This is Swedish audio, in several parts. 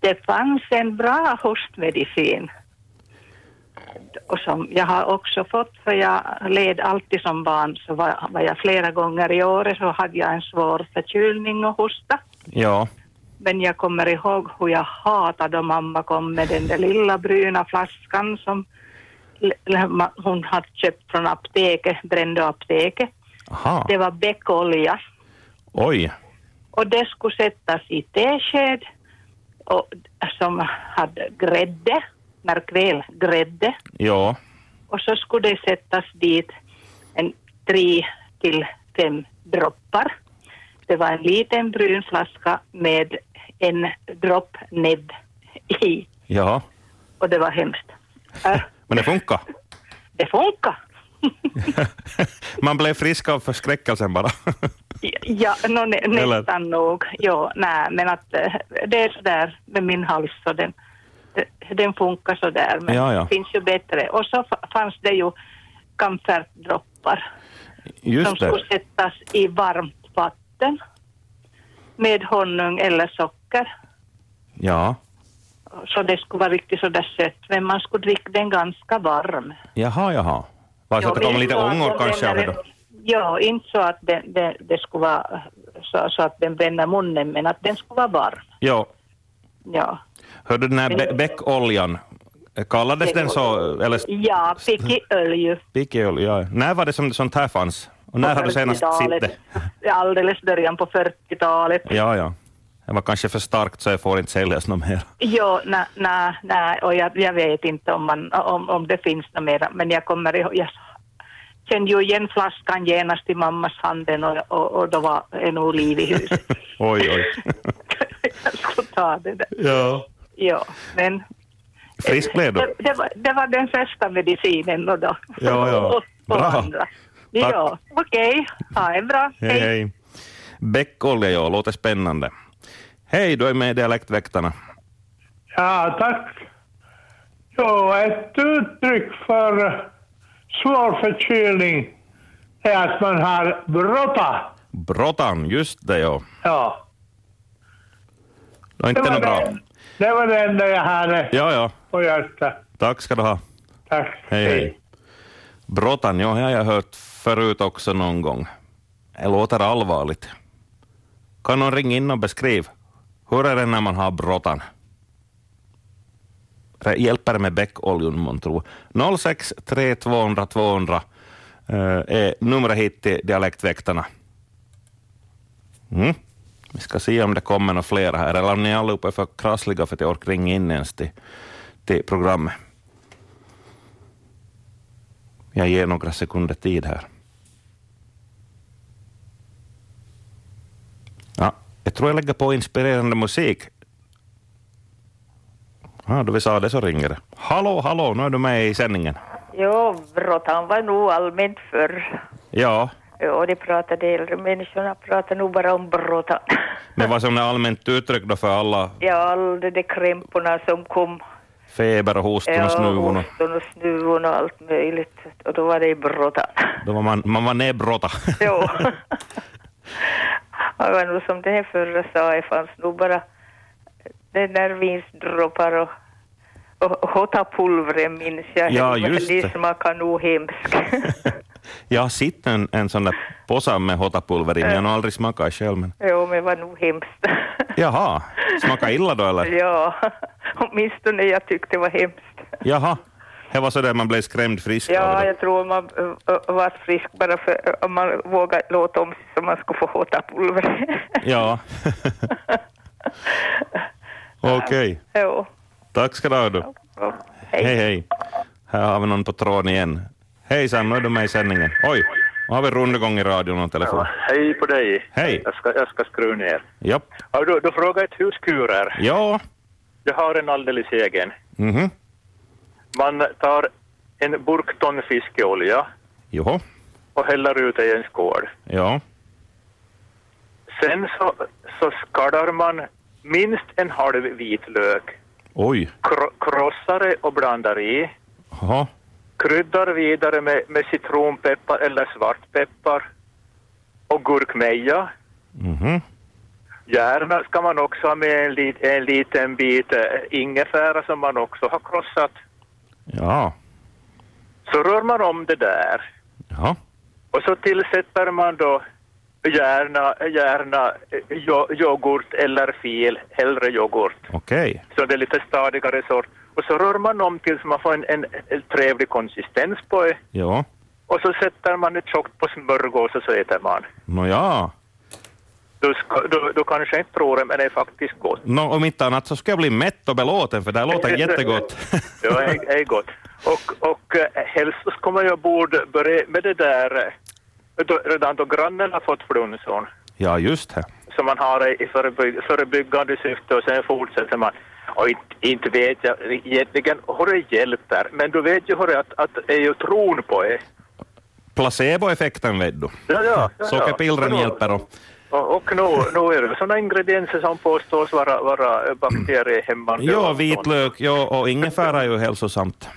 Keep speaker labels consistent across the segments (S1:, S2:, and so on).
S1: det fanns en bra hostmedicin och som jag har också fått, för jag led alltid som barn, så var, var jag flera gånger i året så hade jag en svår förkylning och hosta.
S2: Ja.
S1: Men jag kommer ihåg hur jag hatade då mamma kom med den där lilla bruna flaskan som l- ma- hon hade köpt från apoteket, brände apoteket.
S2: Aha.
S1: Det var bäckolja
S2: Oj.
S1: och det skulle sättas i tesked och, som hade grädde, märk väl, grädde.
S2: Ja.
S1: och så skulle det sättas dit en tre till fem droppar. Det var en liten brun flaska med en dropp ned i
S2: Ja.
S1: och det var hemskt. Äh,
S2: Men det funkar.
S1: Det funkar.
S2: Man blev frisk av förskräckelsen bara.
S1: Ja, no, nä,
S2: Eller-
S1: nästan nog. Ja, nej, men att eh, det är sådär med min hals så den, den funkar sådär. Men
S2: Ja, ja.
S1: det finns ju bättre. Och så fa- fanns det ju kamfärtdroppar. som
S2: Just
S1: skulle
S2: det.
S1: sättas i varmt vatten med honung eller socker.
S2: Ja.
S1: Så det skulle vara riktigt sådär sött, men man skulle dricka den ganska varm.
S2: Jaha, jaha. Var så att det
S1: Ja,
S2: kom
S1: men
S2: lite
S1: så att
S2: ångor
S1: den
S2: kanske av det
S1: bränner-
S2: då?
S1: Ja, inte så att den, den, det skulle vara så, så att den bränner munnen, men att den skulle vara varm.
S2: Ja.
S1: Ja,
S2: Hörde den här bä- bäckoljan, kallades den så? Eller
S1: ja pickiölju.
S2: spikiolja? Ja. När var det som sånt här fanns? Och när har du senast sett det?
S1: Alldeles början på 40-talet.
S2: Ja, ja. Det var kanske för starkt så jag får inte säljas något mer.
S1: Jo, nej, nej, nej, och jag, jag vet inte om, man, om, om det finns något mer, men jag kommer ihåg, jag kände ju igen flaskan genast i mammas handen och, och, och då var en oliv i huset.
S2: Oj, oj.
S1: jag skulle ta det där.
S2: Ja.
S1: Ja, men
S2: Frisk blev
S1: det,
S2: du?
S1: det, var, det var den första medicinen och då.
S2: Ja, ja.
S1: och, och
S2: Bra.
S1: andra. Ja, okej. Ha en bra.
S2: Hej, hej. Bäckolja, ja. Låter spännande. Hej, du är med i Dialektväktarna.
S3: Ja, tack. Jo, ett uttryck för svår förkylning är att man har bråttom.
S2: Brottan, just det, ja.
S3: Ja,
S2: Det var inte något bra.
S3: det, det var det enda jag hade
S2: Ja, ja.
S3: på hjärtat.
S2: Tack ska du ha.
S3: Tack.
S2: Hej, hej. Brottan, ja, det har jag hört förut också någon gång. Det låter allvarligt. Kan någon ringa in och beskriva? Hur är det när man har brottan? Det Hjälper det med bäckoljon, månntro? 06 200 200 eh, är numret hit till Dialektväktarna. Mm. Vi ska se om det kommer några fler här, eller om ni allihopa är för krassliga för att jag orkar ringa in ens till, till programmet. Jag ger några sekunder tid här. Ja, jag tror jag lägger på inspirerande musik. Ja, då vi sa det så ringer det. Hallå, hallå, nu är du med i sändningen.
S4: Jo, råttan var nog allmänt förr.
S2: Ja,
S4: Och de pratade äldre människorna pratade nog bara om bråttan.
S2: det var som ett allmänt uttryck då för alla
S4: Ja, alla de där krämporna som kom.
S2: feber och hoston
S4: Ja,
S2: och snuvon. och-
S4: osten och snuvon och allt möjligt. Och då var det i bråttan.
S2: Då var man, man var nedbråta.
S4: Jo. Det var nog som det här förra sa, det fanns nog bara den där vinsdroppar och och hotapulvren minns jag.
S2: Ja, just
S4: det.
S2: det.
S4: smakade nog hemskt.
S2: jag har sett en, en sån där påse med hotapulver i, men jag har nog aldrig smakat själv. Men...
S4: Jo, men det var nog hemskt.
S2: Jaha, smaka illa då eller?
S4: Ja, åtminstone jag tyckte det var hemskt.
S2: Jaha, det var så där man blev skrämd frisk av
S4: Ja,
S2: det.
S4: jag tror man eh, var frisk bara
S1: eh,
S4: för om man vågade låta om sig så man skulle få hotapulver.
S2: Ja. Okej,
S4: Jo,
S2: tack ska du ha. du.
S4: ja, hej.
S2: Hej, hej. Här har vi någon på tråden igen. Hejsan, nu är du med i sändningen. Oj, nu har vi rundgång i radion och telefon.
S5: Ja, hej på dig.
S2: Hej.
S5: Jag ska, jag ska skruva ner.
S2: Ja,
S5: Har du, du frågar ett huskurer.
S2: ja.
S5: Jag har en alldeles egen.
S2: Mhm.
S5: Man tar en burk ton fiskeolja
S2: Joho,
S5: och häller ut det i en skål.
S2: ja.
S5: Sen så, så skalar man minst en halv vitlök,
S2: Oj,
S5: kro- krossar det och blandar i.
S2: jaha,
S5: Kryddar vidare med, med citronpeppar eller svartpeppar och gurkmeja.
S2: mhm.
S5: Gärna ska man också ha med en, lit, en liten bit eh, ingefära som man också har krossat.
S2: Ja,
S5: Så rör man om det där
S2: ja.
S5: och så tillsätter man då gärna, gärna eh, jo, yoghurt eller fil, hellre yoghurt.
S2: okej.
S5: Så det är lite stadigare sort. Och så rör man om tills man får en, en, en trevlig konsistens på det.
S2: Ja,
S5: Och så sätter man det tjockt på smörgås och så äter man.
S2: nå ja.
S5: Du, ska, du, du kanske inte tror det, men det är faktiskt gott.
S2: Nå, om inte annat så ska jag bli mätt och belåten för det här låter jättegott.
S5: Ja, det är- det är gott. Och, och eh, helst så ska man ju borde börja med det där eh, då, redan då grannen har fått flunson
S2: ja, just det.
S5: som man har i förebyg, förebyggande syfte och sen fortsätter man. Och inte, inte vet jag egentligen hur det hjälper, men du vet ju hur det är att, att det är ju tron på det.
S2: Placeboeffekten vet du.
S5: Ja, ja, ja,
S2: Sockerpillren
S5: ja.
S2: hjälper och
S5: Och, och nu, nu är det sådana ingredienser som påstås vara, vara bakteriehämmande.
S2: Ja,
S5: och sånt.
S2: vitlök ja, och ingefära är ju hälsosamt.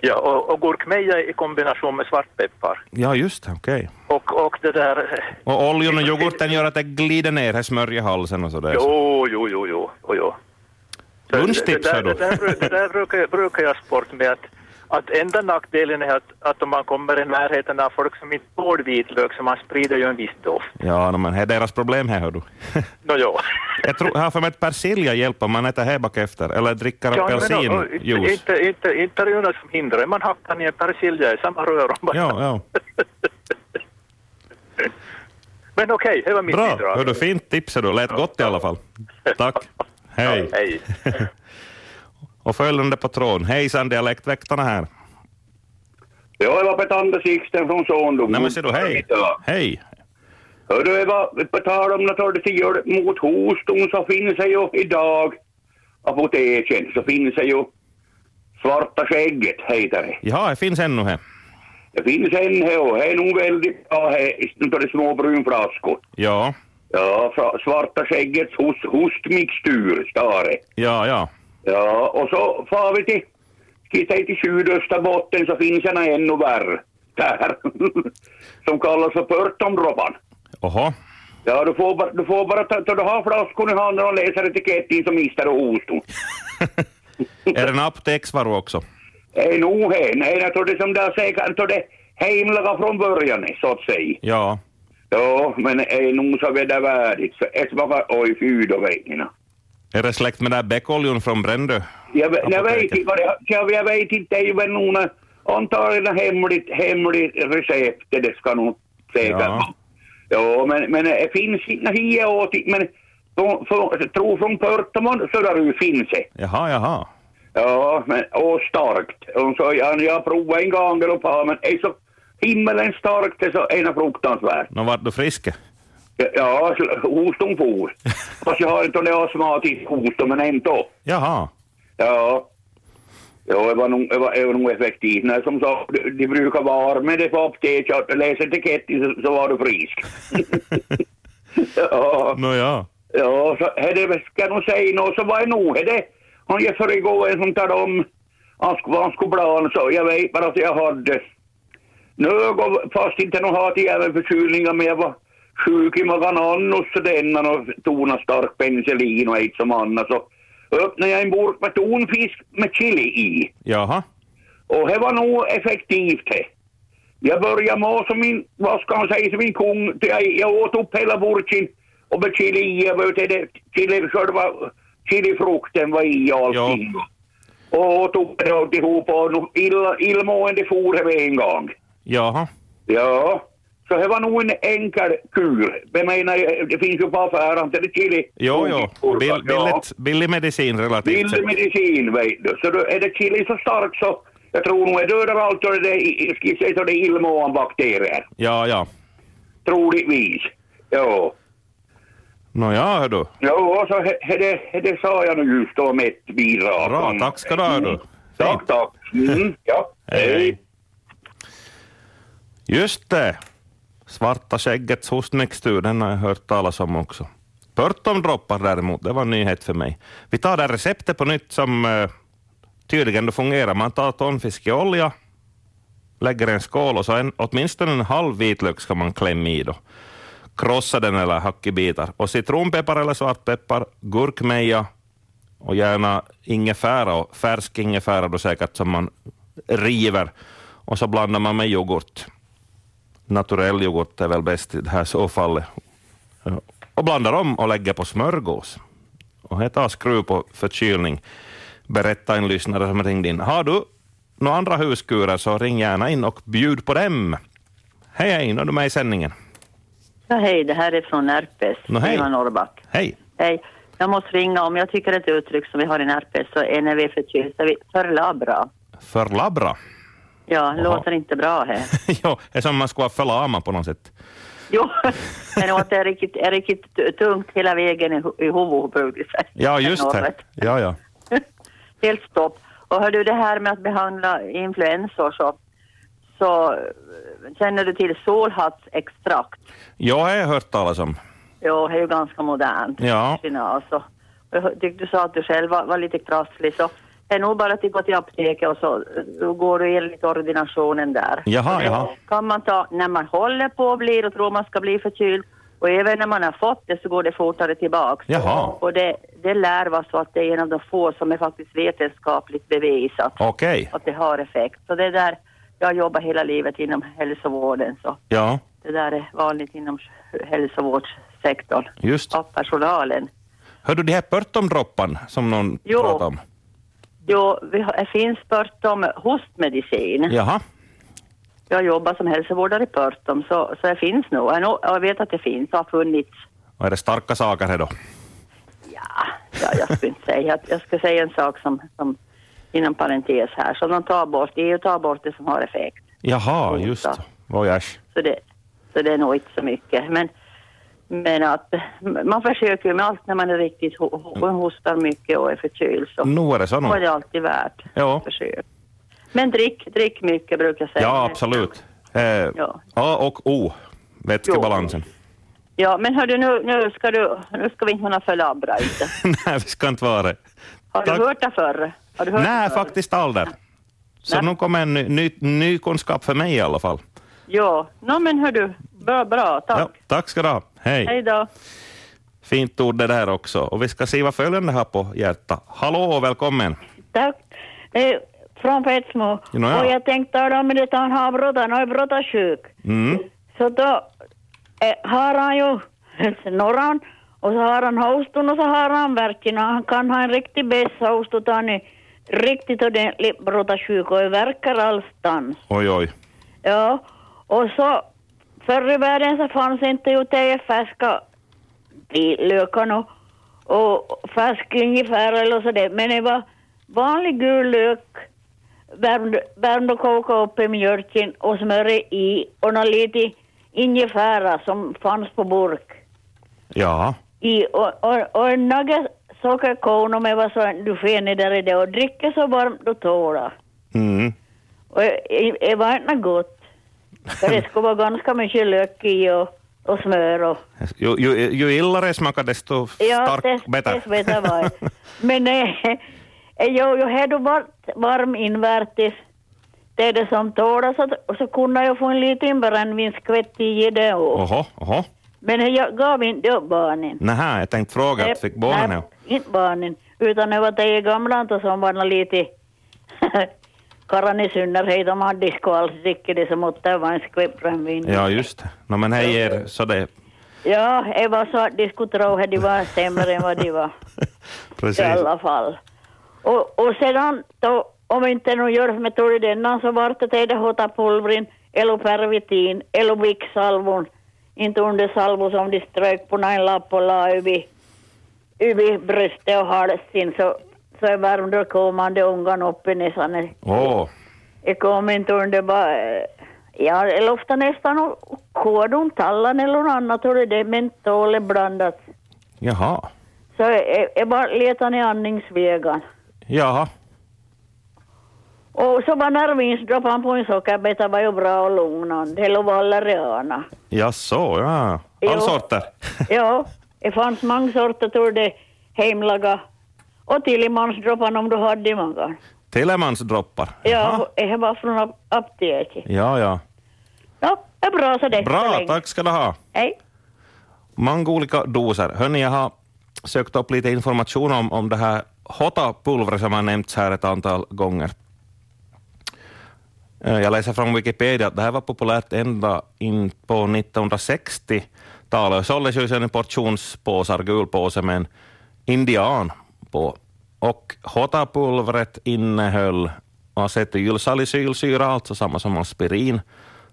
S5: Ja, och, och gurkmeja i kombination med svartpeppar.
S2: Ja, just det, okej.
S5: Och, och det där... eh,
S2: Och oljan och yoghurten gör att det glider ner, det smörjer halsen och sådär.
S5: Jo, jo, jo, jo, jo, jo. Så
S2: Lunchtips,
S5: det, där-
S2: sa du.
S5: det, där bru- det där brukar, jag- brukar jag sport med att, att enda nackdelen är att, att om man kommer i närheten av folk som inte tål vitlök så man sprider ju en viss doft.
S2: Ja, no, men det är deras problem här, hör du.
S5: Nå, ja.
S2: Jag tror, jag har för mig att persilja hjälper om man äter hebak efter, eller dricker
S5: Ja, men då, inte,
S2: apelsinjuice.
S5: inte, inte, inte är det ju något som hindrar. Man hackar ner persilja i samma rör.
S2: Ja, ja.
S5: Men okej, det var mitt
S2: Bra,
S5: bidrag.
S2: hör du, fint tips är du. Lät gott i alla fall. Tack. Hej.
S5: Ja, hej.
S2: Och följande på tråden. Hejsan, dialektväktarna här.
S6: Ja, det var Petter Sixten från Sondom.
S2: Nej men ser du, hej. Hej.
S6: Hör du, Eva, på tal om naturligtvis mot hoston så finns det ju idag apoteken, så finns det ju Svarta skägget heter det.
S2: Jaha, det finns ännu här.
S6: Det finns en här och det är nog väldigt bra här, i sånt där små brunflaskor.
S2: Ja,
S6: Ja, fra- Svarta skäggets host, hostmixtur, står det.
S2: ja, ja.
S6: Ja, och så far vi till, skissar till Sydösterbotten så finns det ännu värre. Där. Som kallas för pörtomroppan.
S2: Oho.
S6: Ja, du får bara, du får bara ta, ta, du har flaskor i handen och läser etiketten som mister du hoston.
S2: Är det en apoteksvaru också?
S6: Ej, nog här. Nej, jag tror det som där säkert, jag tror det hemliga från början, så att säga.
S2: Ja.
S6: Ja, men ej, nog så vedervärdigt. Så ett var för, oj, fy då vet ni. nå.
S2: Är det släkt med den där beckoljon från Brändö?
S6: Jag, ve- jag
S2: Apoteket.
S6: vet inte vad det, jag, jag vet inte, det är ju väl någon, eh, antagligen hemligt, hemligt recept, det ska nog säkert
S2: Ja.
S6: vara. Ja, men, men det finns inte här åt, men från, från, jag tror från Pörtomon så där ur finns det.
S2: Jaha, jaha.
S6: Ja, men, och starkt. Och så, jag, jag provade en gång, eller på, men det är så himmelen starkt, det är så ena fruktansvärt.
S2: Nå vart du frisk?
S6: Ja, sl- host hon får. Fast jag har inte den astmatisk host, men ändå.
S2: Jaha.
S6: Ja. Ja, det var nog, det var, det var nog effektivt. Nej, som sagt, det- det brukar vara med det på apoteket, att läs etiketten så, så var du frisk. ja.
S2: Nå ja.
S6: Ja, så är det ska jag nog säga något så var det nog är det. Han Jeffrey igår en som talade om han sk- vad han skulle bli han sa jag vet bara att jag hade. Nu går fast inte någon hat i även förkylningar men jag var sjuk i magen annars så denna och tona stark penicillin och ett som annars så öppnade jag en burk med tonfisk med chili i.
S2: Jaha.
S6: Och det var nog effektivt det. Jag började må som min, vad ska man säga, som min kung. till Jag, jag åt upp hela burken och med chili i. Jag vet inte, chili, själva chilifrukten var i och allting. Och åt upp det alltihop och nog illa, illmående for det med en gång.
S2: Jaha.
S6: Ja. Så det var nog en enkel kur. Jag menar, det finns ju på affären till chili.
S2: Jo, jo. Bill,
S6: Ja.
S2: billigt, billig medicin relativt
S6: Billig
S2: sett.
S6: medicin, vet du. Så då är det chili så starkt så jag tror nog det dödar allt och det är, ska jag säga så det är illmående bakterier.
S2: Ja, ja.
S6: Troligtvis. Ja.
S2: Nå ja, hör du.
S6: Ja, så he, he, det, he, det sa jag nu just då med ett bidrag.
S2: Bra, tack ska du ha, du.
S6: Mm. Tack, tack. Mm, ja.
S2: Hej, hej. Just det. Svarta skäggets hostmixtur, den har jag hört talas om också. Pörtondroppar däremot, det var en nyhet för mig. Vi tar det här receptet på nytt som eh, tydligen då fungerar. Man tar tonfiskeolja, lägger i en skål och så en, åtminstone en halv vitlök ska man klämma i då. krossa den eller hack i bitar. Och citronpeppar eller svartpeppar, gurkmeja och gärna ingefära, och färsk ingefära då säkert som man river. Och så blandar man med yoghurt. Naturell yoghurt är väl bäst i det här så fallet. Ja. Och blandar om och lägger på smörgås. Och här tar skruv på förkylning, berättade en lyssnare som ringde in. Har du några andra huskurer så ring gärna in och bjud på dem. Hej, hej, nu är du med i sändningen.
S7: Ja, hej, det här är från Närpes,
S2: Nå, hej.
S7: Ivan Norrback.
S2: Hej.
S7: Hej. Jag måste ringa om, jag tycker ett uttryck som vi har i Närpes så är när vi är förkylda, vi förlabra.
S2: För labra.
S7: Ja, låter inte bra här.
S2: jo, det är som man skulle vara förlamad på något sätt.
S7: Jo, men åt det är riktigt, är riktigt t- tungt hela vägen i, hu- i huvudet, brukar jag säga.
S2: Ja, just det.
S7: Norrut.
S2: Ja, ja.
S7: Helt stopp. Och hör du, det här med att behandla influensor så, så eh, känner du till solhattextrakt?
S2: Jag har jag hört talas om.
S7: Jo, det är ju ganska modernt.
S2: Ja.
S7: Sina, Alltså. Jag hör- tyckte Du sa att du själv var, var lite krasslig, så det är nog bara att gå till apoteket och så eh, då går du enligt ordinationen där.
S2: Jaha, jaha.
S7: Kan man ta när man håller på och blir och tror man ska bli förkyld och även när man har fått det så går det fortare tillbaks.
S2: Jaha.
S7: Och det, det lär vara så att det är en av de få som är faktiskt vetenskapligt bevisat
S2: Okej.
S7: att det har effekt. Så det där, jag har jobbat hela livet inom hälsovården så
S2: Ja,
S7: det där är vanligt inom hälsovårdssektorn
S2: just.
S7: av personalen.
S2: Hör du de här pörtomdroppan som någon
S7: Jo.
S2: pratade om?
S7: Jo, vi har, det finns Pörtom hostmedicin.
S2: Jaha.
S7: Jag jobbar som hälsovårdare i Pörtom, så, så det finns nog. Jag, nog- jag vet att det finns och har funnits.
S2: Och är det starka saker här då?
S7: Ja, jag skulle inte säga. att- Jag ska säga en sak som, som inom parentes här. Så de tar bort, EU tar bort det som har effekt.
S2: Jaha, just.
S7: Onsdag.
S2: Voyage.
S7: Så det, så det är nog inte så mycket. Men, men att man försöker ju med allt när man är riktigt ho- ho- hostar mycket och är förkyld. Så
S2: Nu är det så
S7: då är
S2: nog.
S7: det alltid värt
S2: Ja.
S7: ett försök. Men drick, drick mycket brukar jag säga.
S2: Ja, absolut. Eh,
S7: Ja.
S2: A och O. Vätskebalansen.
S7: Ja, men hördu, nu, nu, ska du, nu ska vi inte hålla för labbra inte.
S2: Nej, vi ska inte vara det.
S7: Har du
S2: Tack.
S7: hört det förr? Har du hört
S2: Nej,
S7: det förr?
S2: faktiskt aldrig. Så
S7: Nej.
S2: nu kommer en ny, ny, ny kunskap för mig i alla fall.
S7: Ja, no, men hördu, bra, bra, tack.
S2: Ja, tack ska du ha. Hej.
S7: Hej då.
S2: Fint ord det där också. Och vi ska se vad följande har på hjärta. Hallå och välkommen.
S8: Tack. Eh, från Petsmo.
S2: Nåja.
S8: Och jag tänkte tala om det han har brottat, han är brottasjuk.
S2: Mm.
S8: Så då eh, har han ju snorran och så har han hostun och så har han värken. Han kan ha en riktig bässhost och han är riktigt ordentligt brottasjuk och verkar allstans.
S2: Oj, oj.
S8: Ja, och så förr i världen så fanns inte ju te färska vitlökar och, och färsk ingefära eller så det. Men det var vanlig gul lök, värmd, värmd och koka upp i mjölken och smör i och nå lite ingefära som fanns på burk.
S2: Ja.
S8: I, och, och, och en nugget sockerkorn med vad så du sken i där i det och dricka så varmt du tåla.
S2: Mm.
S8: Och det- det var inte gott. För det skulle vara ganska mycket lök i och, och smör och...
S2: Ju, ju, ju illare smakar desto stark
S8: det-
S2: bättre.
S8: det smakar var det. Men eh, jo, jag hade varit varm invärtes. Det är det som tålas att- och så kunde jag få en liten brännvinskvätt i det och,
S2: Oho, oho.
S8: Men jag gav inte upp barnen.
S2: Nähä, jag tänkte fråga, att fick barnen
S8: Nej,
S2: nu?
S8: inte barnen. Utan det var de gamla inte som var nå lite... Karran i synnerhet, de hade skvalsdicke det som åt det var en skvätt brännvin.
S2: Ja, just det. No, men här ger så det.
S8: Ja, det var så att de skulle tro att de var sämre än vad de var i
S2: Precis.
S8: alla fall. Och, och sedan då, om inte någon gör metod i denna så vart det det hotapulvrin, eller pervitin, eller vicksalvon, inte under salvo som de strök på en lapp och la över, över bröstet och halsen så, så är värmde kommande ungan niin upp i näsan.
S2: Åh,
S8: Det kom inte under bara, eh, ja, eller ofta nästan kodon, tallan eller något annat, och det är mentol blandat.
S2: jaha.
S8: Så jag, jag bara letade i andningsvägen.
S2: Jaha.
S8: Och så var nervinsdroppan på en sockerbeta var ju bra och lugnande, eller valeriana.
S2: Jaså, ja. All
S8: Jo.
S2: sorter.
S8: Ja, det fanns många sorter tror det, hemlaga. Och Tillemansdroppan om du hade i magen.
S2: Telemansdroppar.
S8: Ja,
S2: Jaha.
S8: det var från ap- apoteket.
S2: Ja, ja.
S8: Ja, det är bra så det.
S2: Bra,
S8: Så länge.
S2: tack ska du ha.
S8: Hej.
S2: många olika doser. Hörni, jag har sökt upp lite information om, om det här hota-pulvret som har nämnts här ett antal gånger. Eh, Jag läser från Wikipedia att det här var populärt ända in på 1960-talet. Såldes ju sen i portionspåsar, gul påse med en indian på. Och hotapulvret innehöll acetylsalicylsyra, alltså samma som aspirin,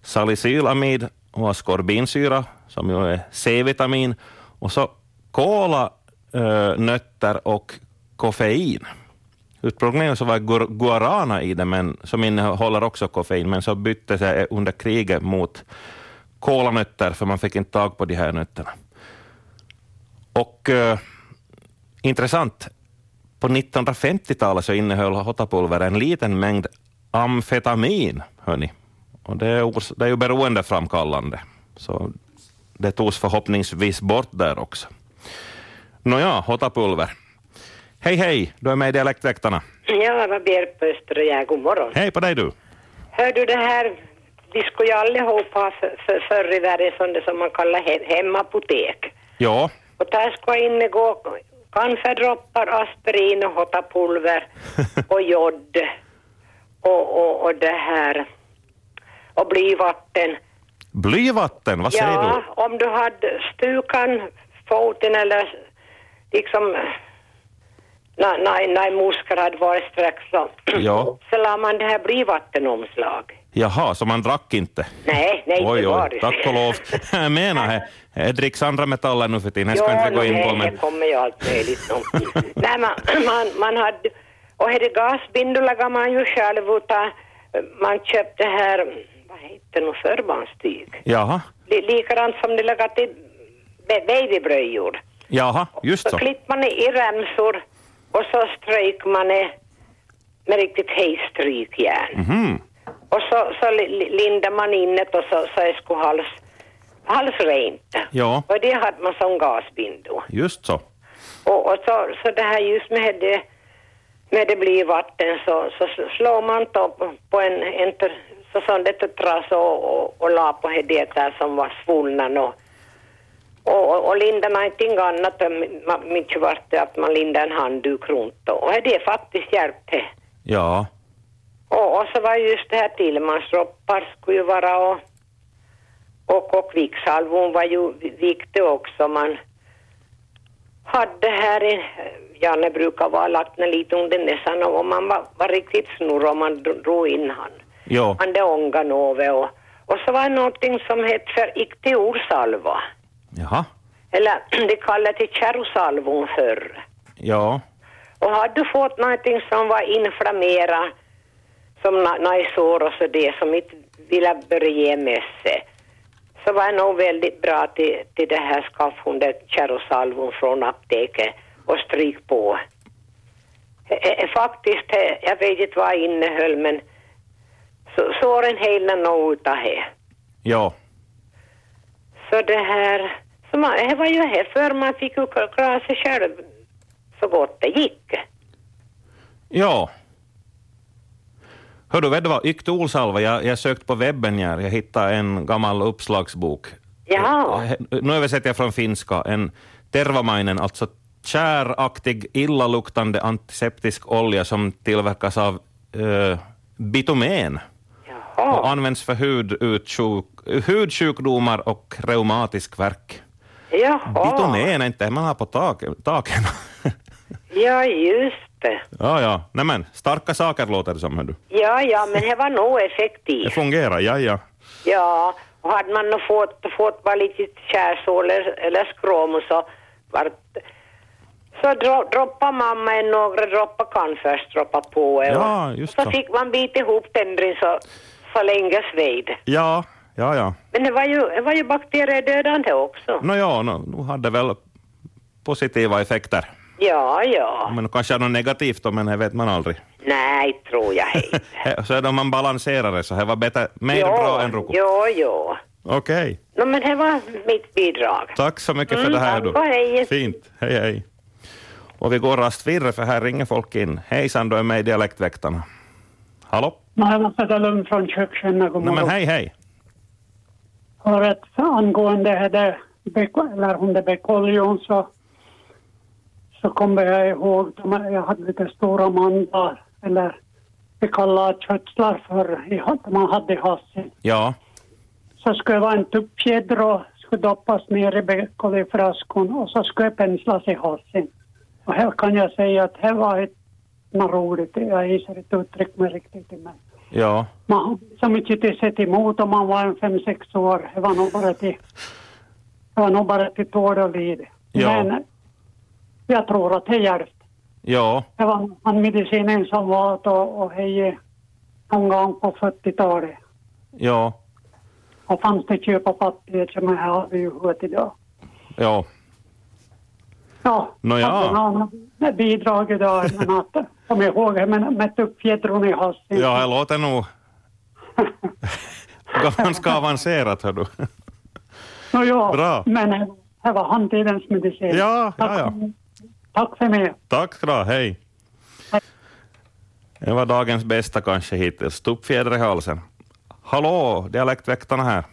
S2: salicylamid och askorbinsyra, som ju är C-vitamin, och så kola, eh, nötter och koffein. Ursprungligen så var guar- guarana i det, men, som innehåller också koffein, men så bytte sig under kriget mot kolanötter, för man fick inte tag på de här nötterna. Och eh, intressant, på 1950-talet så innehöll hotapulver en liten mängd amfetamin, hörni. Och det är, ors- det är ju beroendeframkallande, så det togs förhoppningsvis bort där också. Nåja, hotapulver. Hej, hej, du är med i Dialektväktarna.
S9: Ja, vad ber på Östra jag, god morgon.
S2: Hej på dig du.
S9: Hör du det här, vi skulle ju allihop ha för, för, förr i världen som det som man kallar he, hemapotek.
S2: Ja,
S9: Och där ska inne gå kanferdroppar, aspirin och hotapulver och jod och, och, och det här och blyvatten.
S2: blyvatten, vad säger
S9: ja,
S2: du?
S9: om du hade stukan, foten eller liksom när nej, nej, morskor hade varit strax så,
S2: Ja.
S9: så la man det här blyvattenomslag.
S2: Jaha, så man drack inte?
S9: Nej, nej,
S2: oj,
S9: inte var
S2: oj,
S9: det.
S2: tack och lov. Jag menar, här- här dricks andra metaller nu för tiden, här ska jag inte gå in
S9: nej,
S2: på, men
S9: det kommer ju allt möjligt. om. nej, man, man, man hade, och hade gasbindor lagade man ju själv utan man köpte här, vad heter det, förbandstyg.
S2: jaha,
S9: Li- Likadant som de lagat i ba- babybröjor.
S2: jaha, just
S9: Så
S2: så.
S9: klippte man i remsor och så strök man i med riktigt hejstrykjärn.
S2: Mhm.
S9: Och så, så li- li- lindade man in det och så, så jag skulle hals, halsrent.
S2: Ja,
S9: Och det hade man som gasbindor.
S2: just så.
S9: Och, och så, så det här just med det, med det blir vatten så, så slår man då på- på en, en tr- så sån det trass och, och, och la på det där som var svullna och, och, och, och lindar man inte något annat, än- man minns ju vart det att man lindar en handduk runt då. och det faktiskt hjälpte.
S2: Ja,
S9: Och, och så var just det här Tillmansroppar skulle ju vara och och, och kvicksalvon var ju viktig också. Man hade här i, Janne brukar vara lagt ner lite under näsan och man var, var riktigt snurrig om man dro- drog in han.
S2: ja,
S9: Han det ångan över och, och så var det någonting som hette för iktiosalva.
S2: jaha,
S9: Eller det kallade till kärrsalvon förr.
S2: ja,
S9: Och hade du fått någonting som var inflammerat, som na- najsår och så det, som inte ville börja ge med sig, så var det nog väldigt bra till, till det här skaffhundet Kärosalvon från apteket och stryk på. Eh, eh, Faktiskt, eh, jag vet inte vad det innehöll, men så- såren helnade nog utav det.
S2: ja,
S9: Så det här, så man, det var ju här förr man fick ju klara sig själv så gott det gick.
S2: ja. Hör du, vet du vad, yktolsalva, jag, jag sökte på webben här, jag hittade en gammal uppslagsbok.
S9: Ja.
S2: Nu översätter jag från finska. En tervamainen, alltså käraktig, illaluktande antiseptisk olja som tillverkas av eh, bitumen och används för hudutsjuk- hudsjukdomar och reumatisk värk.
S9: Jaha.
S2: Bitumen är inte det man har på tak, taken.
S9: Ja, just det.
S2: ja, ja. Nämen, starka saker låter det som. hör du.
S9: Ja, ja, men det var nog effektivt.
S2: Det fungerar, ja, ja.
S9: Ja, och hade man nog fått, fått bara lite kärsår eller, eller skrom och så var, så dro, droppade mamma en några droppar kanfärsdroppar på en.
S2: Ja, just
S9: så.
S2: så.
S9: fick man bita ihop tändring så, så länge sved.
S2: Ja, ja, ja.
S9: Men det var ju, det var ju bakteriedödande också.
S2: Nå ja, nå, nu hade väl positiva effekter.
S9: Ja, ja.
S2: Men kanske är något negativt då, men det vet man aldrig.
S9: Nej, tror jag hej.
S2: He- Så är det om man balanserar det, så det var bättre, mer
S9: ja,
S2: bra än ruku.
S9: Ja, ja.
S2: Okej,
S9: No, men det var mitt bidrag.
S2: tack så mycket för
S9: Mm,
S2: det här.
S9: tack
S2: du.
S9: och hej.
S2: Fint, hej hej. Och vi går rast vidare, för här ringer folk in. Hejsan, du är med i Dialektväktarna. Hallå?
S10: Mä olen Katalon från Kökskänna, god
S2: Nej, men
S10: morgon.
S2: hej hej.
S10: Hör ett angående det beko- eller om det blev koljon så, så kommer jag ihåg de, jag hade lite stora mandlar eller vi kallade köttlar för i ha- man hade i hassen.
S2: Ja,
S10: Så skulle vara en tuppfjädra skulle doppas ner i bekoljefraskan och så skulle penslas i hassen. Och här kan jag säga att här var ett något roligt, jag gissar inte uttryck mig riktigt men
S2: ja.
S10: man har så mycket till sett emot om man var en fem, sex år. Det var nog bara till, det var nog bara till tål och lid.
S2: Ja.
S10: Men jag tror att det hjälpte.
S2: Ja,
S10: Det var han medicinen som var då och hej någon gång på 40-talet.
S2: ja,
S10: Och fanns det köpa fattighet som jag har vi ju hört idag.
S2: ja.
S10: Ja,
S2: Nåja.
S10: hade någon bidrag idag men att kom ihåg det men mätt upp fjädron i hastigheten.
S2: Ja, det låter nog ganska avancerat. Hör du.
S10: Nåja,
S2: Bra.
S10: men det var handtidens medicin.
S2: Ja, ja, ja.
S10: Tack för mig.
S2: Tack ska du ha, hej. Det var dagens bästa kanske hittills. Tuppfjäder i halsen. Hallå, dialektväktarna här.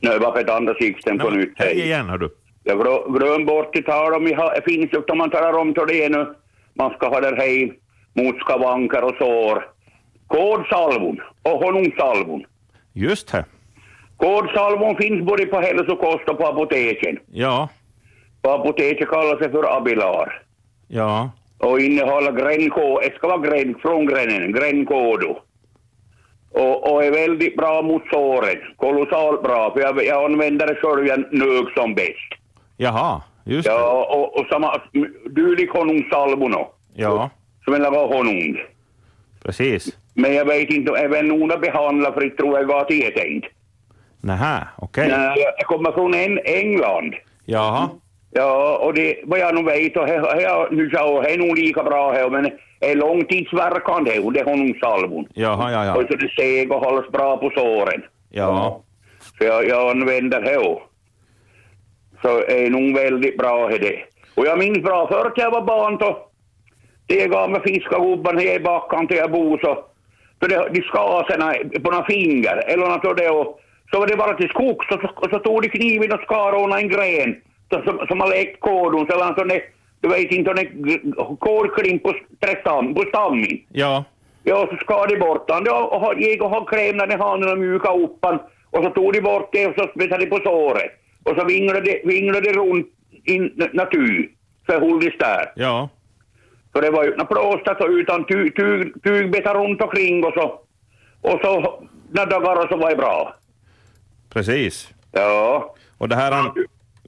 S6: Nu är det bara Peter Anders Iksten på nytt.
S2: Hej igen, hör du.
S6: Jag glö- glöm bort att tala om, i ha- det finns ju om man talar om till det nu, man ska ha det här mot skavanker och sår. Kådsalvon och honungsalvon.
S2: Just det.
S6: Kådsalvon finns både på hälsokost och på apoteken.
S2: Ja,
S6: På apoteket kallas det för Abilar
S2: ja,
S6: och innehåller gränkål, det ska vara gränk från gränen, gränkådo. Och, och är väldigt bra mot såren, kolossalt bra, för jag, jag använder det själv jag nög som bäst.
S2: jaha, just det.
S6: Ja, och, och samma, dylik honungsalvono,
S2: Ja,
S6: som vill ha honung.
S2: precis.
S6: Men jag vet inte, även Nona behandlar, för det tror jag går till ett inte.
S2: Nähä, okej.
S6: Nej, Jag kommer från en, England.
S2: Jaha,
S6: Ja, och det, vad jag nu vet, och här, här, nu sa jag, det är nog lika bra här, men det är långtidsverkan här, och det är honungsalvon.
S2: jaha, ja,
S6: Och
S2: ja.
S6: så det seg och hålls bra på såren.
S2: Ja,
S6: Så jag, jag använder det också. Så är nog väldigt bra är det. Och jag minns bra, förr när jag var barn då, det gav mig fiskargubben här i backen till jag bor så, för det, de skaserna på några finger eller något sådär och så var det bara till skogs och så, och så tog de kniven och skar ordna en gren så, som, som har läkt kådon, så han sån du vet inte, en kålklimp på, stam- på stammen.
S2: ja,
S6: Ja, så skar de bort den. Ja, och har- gick och har krämden i handen och mjuka upp den. Och så tog de bort det och så spetsade de på såret. Och så vinglade de, vinglade de runt i n- natur. Så höll de där.
S2: ja,
S6: För det var ju inte plåstat och utan tyg, tyg, tygbitar runt omkring och så. Och så några dagar och så var det bra.
S2: precis.
S6: Ja,
S2: Och det här han...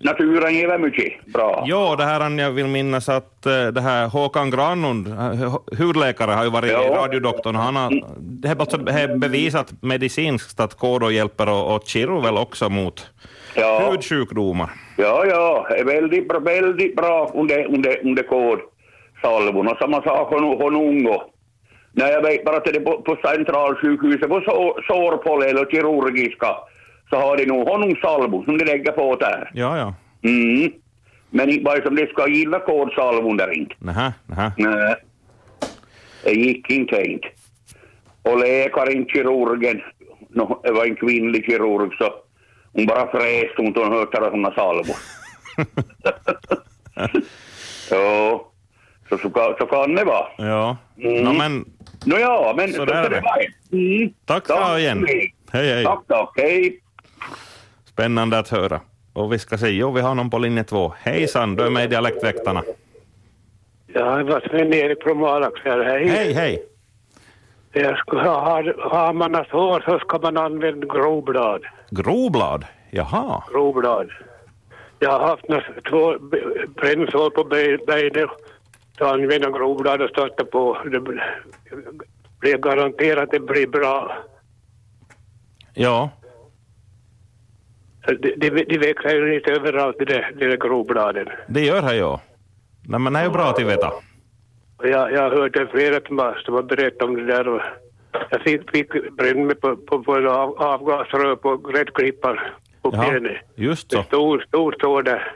S6: naturen ger väl mycket bra.
S2: Ja, det här han, jag vill minnas att eh, det här Håkan Granlund, eh, hudläkare, har ju varit
S6: Ja.
S2: radiodoktorn. Han har det är alltså, det är bevisat medicinskt att kodo hjälper och, och kirro väl också mot
S6: Ja,
S2: hudsjukdomar.
S6: ja, ja. det är väldigt, bra- väldigt bra under, under, under kådsalvon. Och samma sak hon, hon ungo. Nej, jag vet bara att det är på, på centralsjukhuset, på sår, sårpollen eller kirurgiska, så har de nog honungsalvon som de lägger på där.
S2: Ja, ja.
S6: Mm. Men inte bara som de ska gilla kådsalvon där inte.
S2: Nähä, nähä.
S6: Nej. Det gick inte inte. Och läkaren, kirurgen, no, det var en kvinnlig kirurg så hon bara fräste hon hon hörde talas om några salvor. ja, så, så, kan- så kan det vara.
S2: Ja.
S6: Mm.
S2: Nå, men
S6: Nåja, men
S2: Så där är det.
S6: var Mm.
S2: tack ska du ha igen.
S6: Hej.
S2: Hej, hej.
S6: Tack, tack. Hej.
S2: Spännande att höra. Och vi ska se, jo, vi har någon på linje två. Hejsan, du är med i Dialektväktarna.
S3: Ja, det var Sven-Erik från Malax här. Hej.
S2: Hej, hej.
S3: Jag skulle ha, har- har man ett hår så ska man använda groblad.
S2: Groblad? Jaha.
S3: groblad. Jag har haft några två b- brännsår på be- benet. Så använder jag groblad och stöter på. Det bl- blir garanterat att det blir bra.
S2: Ja,
S3: Så Det, det, det växer ju lite överallt i det, det där grobladen.
S2: det gör jag ja. Nej, men det är ju bra att veta.
S3: Och jag, jag har hört det flera som har, som har berättat om det där. Och jag fick, fick bränna mig på, på, på en av, avgasrör på gräddklippan på benet.
S2: just
S3: Det
S2: så.
S3: stod, stod, stod där.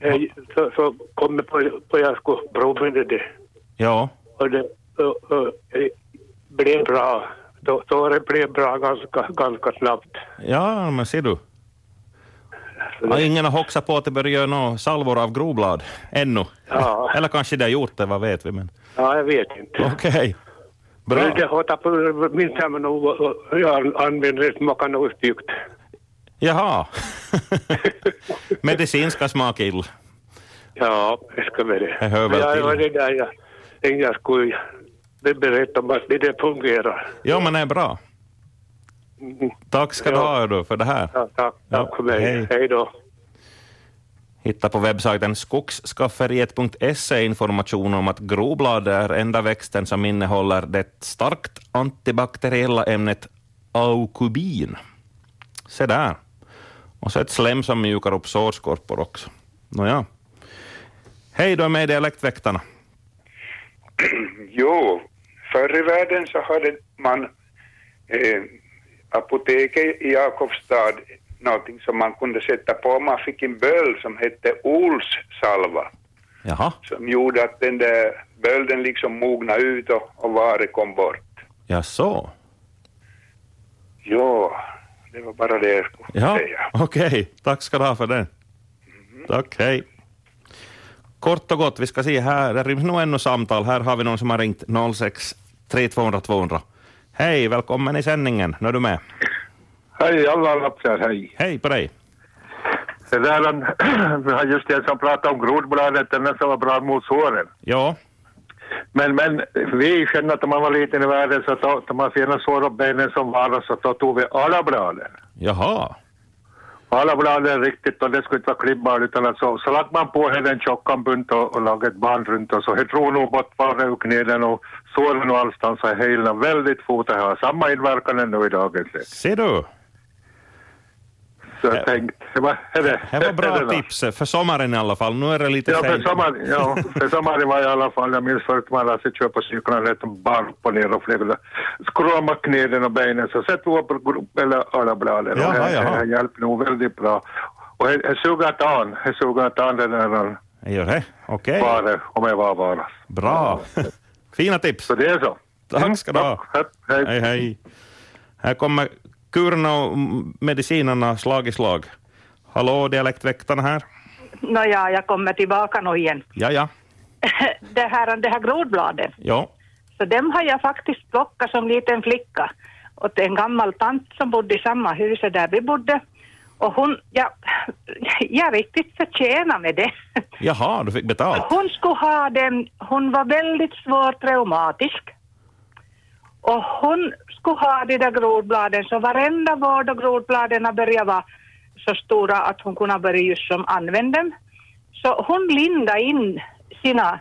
S3: Eh, Så, så kom jag på, på jag skulle provbrinna det.
S2: Ja,
S3: och det och, och, det blev bra. Då, då det blev bra ganska, ganska snabbt.
S2: ja men ser du. Ja, ingen har hoxat på att det börjar göra några salvor av groblad ännu.
S3: Ja.
S2: Eller kanske de har gjort det, vad vet vi. Men...
S3: Ja, jag vet inte.
S2: Okej.
S3: Bra.
S2: Bra.
S3: Det hotar på min terminal och- och jag använder det smakande ostjukt.
S2: Jaha. Medicinska smakill.
S3: Ja, det ska vi det.
S2: Det hör väl
S3: ja,
S2: till.
S3: var det där jag, det jag skulle det berätta om att det där fungerar.
S2: Ja, men det är bra.
S3: Mm,
S2: Tack ska du ha då för det här.
S3: Ja, tack, tack för mig. Hej. då.
S2: Hitta på webbsajten skogsskafferiet.se information om att groblad är enda växten som innehåller det starkt antibakteriella ämnet aukubin. Se där. Och så ett slem som mjukar upp sårskorpor också. Nåja. Hej, du är med i Dialektväktarna.
S11: Jo, förr i världen så hade man eh, apoteket i Jakobstad, någonting som man kunde sätta på om man fick en böld som hette Ols salva,
S2: Jaha,
S11: som gjorde att den där bölden liksom mogna ut och, och vare kom bort.
S2: ja så.
S11: Jo, det var bara det jag skulle
S2: Ja,
S11: säga.
S2: okej. Tack ska du ha för det.
S12: Mhm.
S2: Tack, hej. Kort och gott, vi ska se här, det ryms nog ännu samtal. Här har vi någon som har ringt 06 3200 200. Hej, välkommen i sändningen. Nu är du med.
S12: Hej alla lapsar, hej.
S2: Hej på dig.
S12: Det där, han- vi har just det som pratade om grodbladet, den där som var bra mot såren.
S2: Ja,
S12: Men, men vi kände att när man var liten i världen så tog tog man sina sår och benen som var och så då tog vi alla bladen.
S2: jaha.
S12: Alla bladen riktigt och det skulle inte vara klibbar utan att så, så lagt man på henne en tjockan bunt och, och lagt ett band runt och så jag tror nog bort bara ur knäden och såren och allstans har helarna väldigt fort och har samma inverkan ännu i dagens läge.
S2: Ser du?
S12: Så jag tänkte, det var, är det,
S2: Det var
S12: är det
S2: bra
S12: något?
S2: tips för sommaren i alla fall. Nu är det lite
S12: Ja, för
S2: sent.
S12: sommaren, ja, för sommaren var i alla fall, jag minns förut man alltså köpa cyklarna lät dem bara upp och ner och flygla. Skrama knäden och benen så sätt upp grupp- eller örabladen.
S2: Jaha, jaha.
S12: Det hjälpte nog väldigt bra. Och jag sugat an, jag sugat an den där
S2: Gör det? Okej.
S12: bara om jag var bara.
S2: Bra. Fina tips. Så
S12: det är så.
S2: Tack ska du ha.
S12: Hej.
S2: hej, Här kommer kurerna och medicinerna slag i slag. Hallå, dialektväktarna här.
S1: Nåja, jag kommer tillbaka nu igen.
S2: Ja, ja.
S1: det här, det här grodbladen,
S2: Ja,
S1: så dem har jag faktiskt plockat som liten flicka åt en gammal tant som bodde i samma hus där vi bodde. Och hon, ja, jag riktigt förtjänar med det.
S2: jaha, du fick betalt.
S1: Hon skulle ha den, hon var väldigt svårt reumatisk. Och hon skulle ha de där grodbladen, så varenda vård och grodbladen började vara så stora att hon kunde börja just som använda dem. Så hon lindade in sina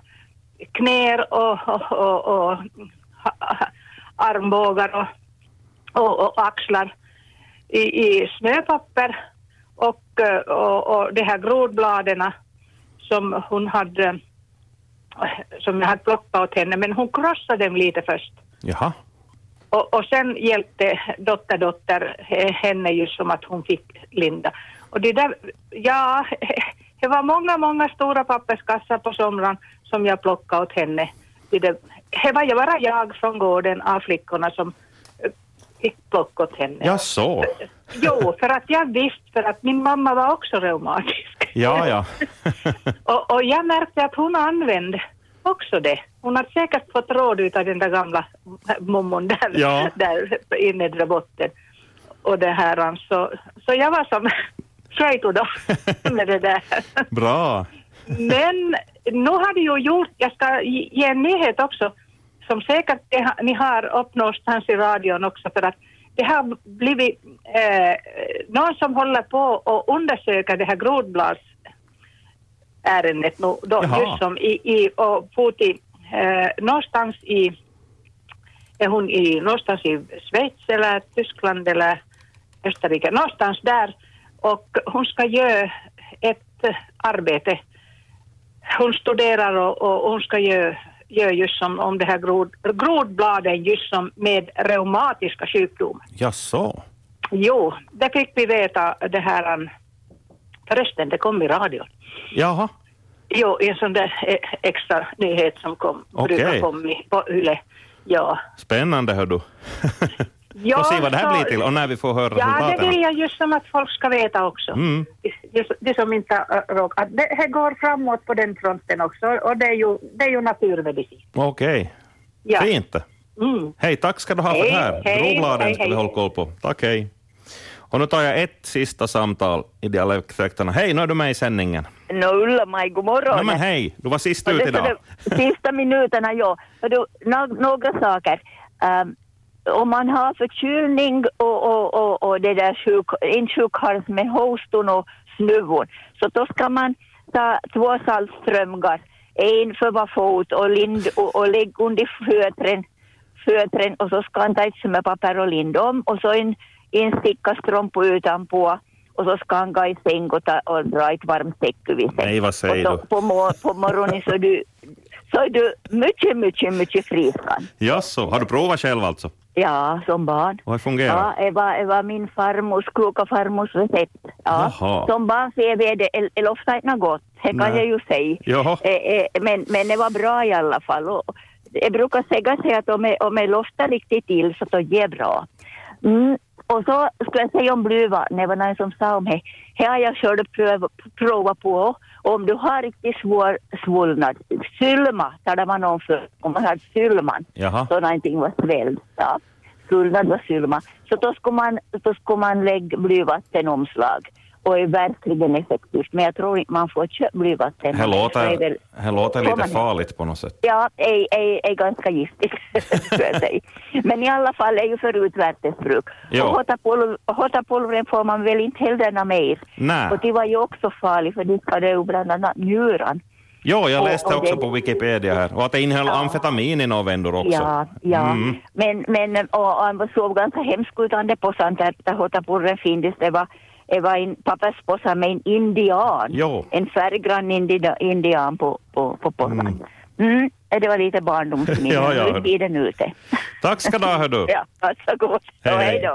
S1: knän och, och, och, och ha- ha- armbågar och, och, och axlar i, i snöpapper och, eh, och, och de här grodbladen som hon hade som jag hade plockat åt henne, men hon krossade dem lite först.
S2: Jaha.
S1: Och, och sen hjälpte dotterdotter eh, henne just som att hon fick linda. Och det där, ja, det var många, många stora papperskassar på somran som jag plockade åt henne. Det, där, det var ju bara jag från gården av flickorna som eh, fick plocka åt henne.
S2: Ja, så.
S1: Jo, för att jag visste, för att min mamma var också reumatisk.
S2: Ja, ja.
S1: Och, och jag märkte att hon använde också det. Hon har säkert fått råd av den där gamla mormon där,
S2: Ja.
S1: där i nedre botten. Och det här, så, så jag var som Shaito då med det där.
S2: Bra.
S1: Men nu har det ju gjort, jag ska ge ge en nyhet också, som säkert det ha- ni har upp någonstans i radion också, för att det har blivit eh, någon som håller på och undersöker det här grodblads ärendet nu då,
S13: Jaha.
S1: just som i, i och fot i, eh, någonstans i, är hon i, någonstans i Schweiz eller Tyskland eller Österrike, någonstans där, och hon ska göra ett eh, arbete hon studerar och, och hon ska göra gör just som om det här grod, grodbladen just som med reumatiska sjukdomar.
S2: Ja, så.
S1: Jo, det fick vi veta det här an- förresten det kom i radion.
S2: Jaha.
S1: Jo, en sån där eh, extra nyhet som kom,
S2: Okej.
S1: brukar komma i- på YLE. Ja,
S2: Spännande, hör du.
S1: Ja,
S2: och se vad det här
S1: så-
S2: blir till och när vi får höra
S1: Ja, det
S2: resultaten.
S1: vill jag just som att folk ska veta också.
S2: Mm.
S1: De, de som inte har äh, råkat. Det här går framåt på den fronten också och det är ju, det är ju naturmedicin.
S2: Okej,
S1: Ja.
S2: fint.
S1: Mm.
S2: Hej, tack ska du ha för det
S1: Hej,
S2: här.
S1: hej,
S2: Brobladen
S1: hej,
S2: ska vi
S1: hej.
S2: hålla koll på. Tack, hej. Och nu tar jag ett sista samtal i dialektröktarna. Hej, nu är du med i sändningen.
S13: Nå Ulla-Maj, god morgon.
S2: Nej, men hej, du var sist
S13: Och
S2: ut
S13: det ska
S2: idag.
S13: du- Sista minuterna, ja. För du, nå- några saker. Ehm, om man har förkylning och, och, och, och det där sjuk, insjuknande med hosten och snuvon, så då ska man ta två saltströmgar, en för var fot och, lind, och, och lägg under fötren, fötren och så ska man ta ett smörpapper och linda om och så en, en sticka strumpa utanpå och så ska han gå i säng och, ta, och dra ett varmt täcke vid sig.
S2: Nej, vad säger
S13: och
S2: du?
S13: så, på, mor- på morgonen så är du, så är du mycket, mycket, mycket friskare.
S2: Jaså, har du provat själv alltså?
S13: Ja, som barn.
S2: Och har det
S13: Ja,
S2: fungerat?
S13: det var, det var min farmors, kloka farmors recept. Ja.
S2: Jaha.
S13: Som barn ser vi det el- el ofta inte något gott, det kan
S2: Nej.
S13: jag ju säga.
S2: Jaha.
S13: Eh, eh, men, men det var bra i alla fall. Och jag brukar säga så här att om jag, om jag loftar riktigt till så då ger bra. Mm. Och så skulle jag säga om bluva, det var någon som sa om det. Här har jag själv pröv, provat på. Om du har riktigt svår svullnad, sylma talar man om för, om man har sylman,
S2: Jaha.
S13: så någonting var svälld. Ja. Svullnad var sylma. Så då skulle man, då skulle man lägga blyvattenomslag och är verkligen effektivt. Men jag tror inte man får köpa
S1: eh,
S13: blyvatten.
S2: Det
S13: Det är
S2: låter,
S13: väl-
S2: det låter
S13: Kommer
S2: lite
S13: ni?
S2: farligt på något sätt.
S13: Ja, ej, ej, ej ganska giftigt, skulle jag säga. Men i alla fall är ju för utvärtesbruk.
S2: Ja.
S13: Och hotapulv- hotapulvren får man väl inte heller något mer.
S2: Nej.
S13: Och det var ju också farligt för det skadade ju bland annat njuran.
S2: Jo, jag
S13: Och-
S2: läste
S13: och
S2: också
S13: det-
S2: på Wikipedia här. Och att det innehöll amfetamin i några vändor också.
S13: Ja, ja.
S2: Mm.
S13: Men, men och, och han såg ganska hemsk ut, han där påsan där, där hotapurren findes. Det var, det var en papperspåse med en indian.
S2: Jo.
S13: En färggrann indi- indian på, på, på påsan. Mm. Det var lite barndomsminne.
S2: Ja, ja.
S13: Nu är tiden ute.
S2: Tack ska du ha, hördu.
S13: Ja, varsågod.
S2: Hej,
S13: Och
S2: hej.
S13: hej då.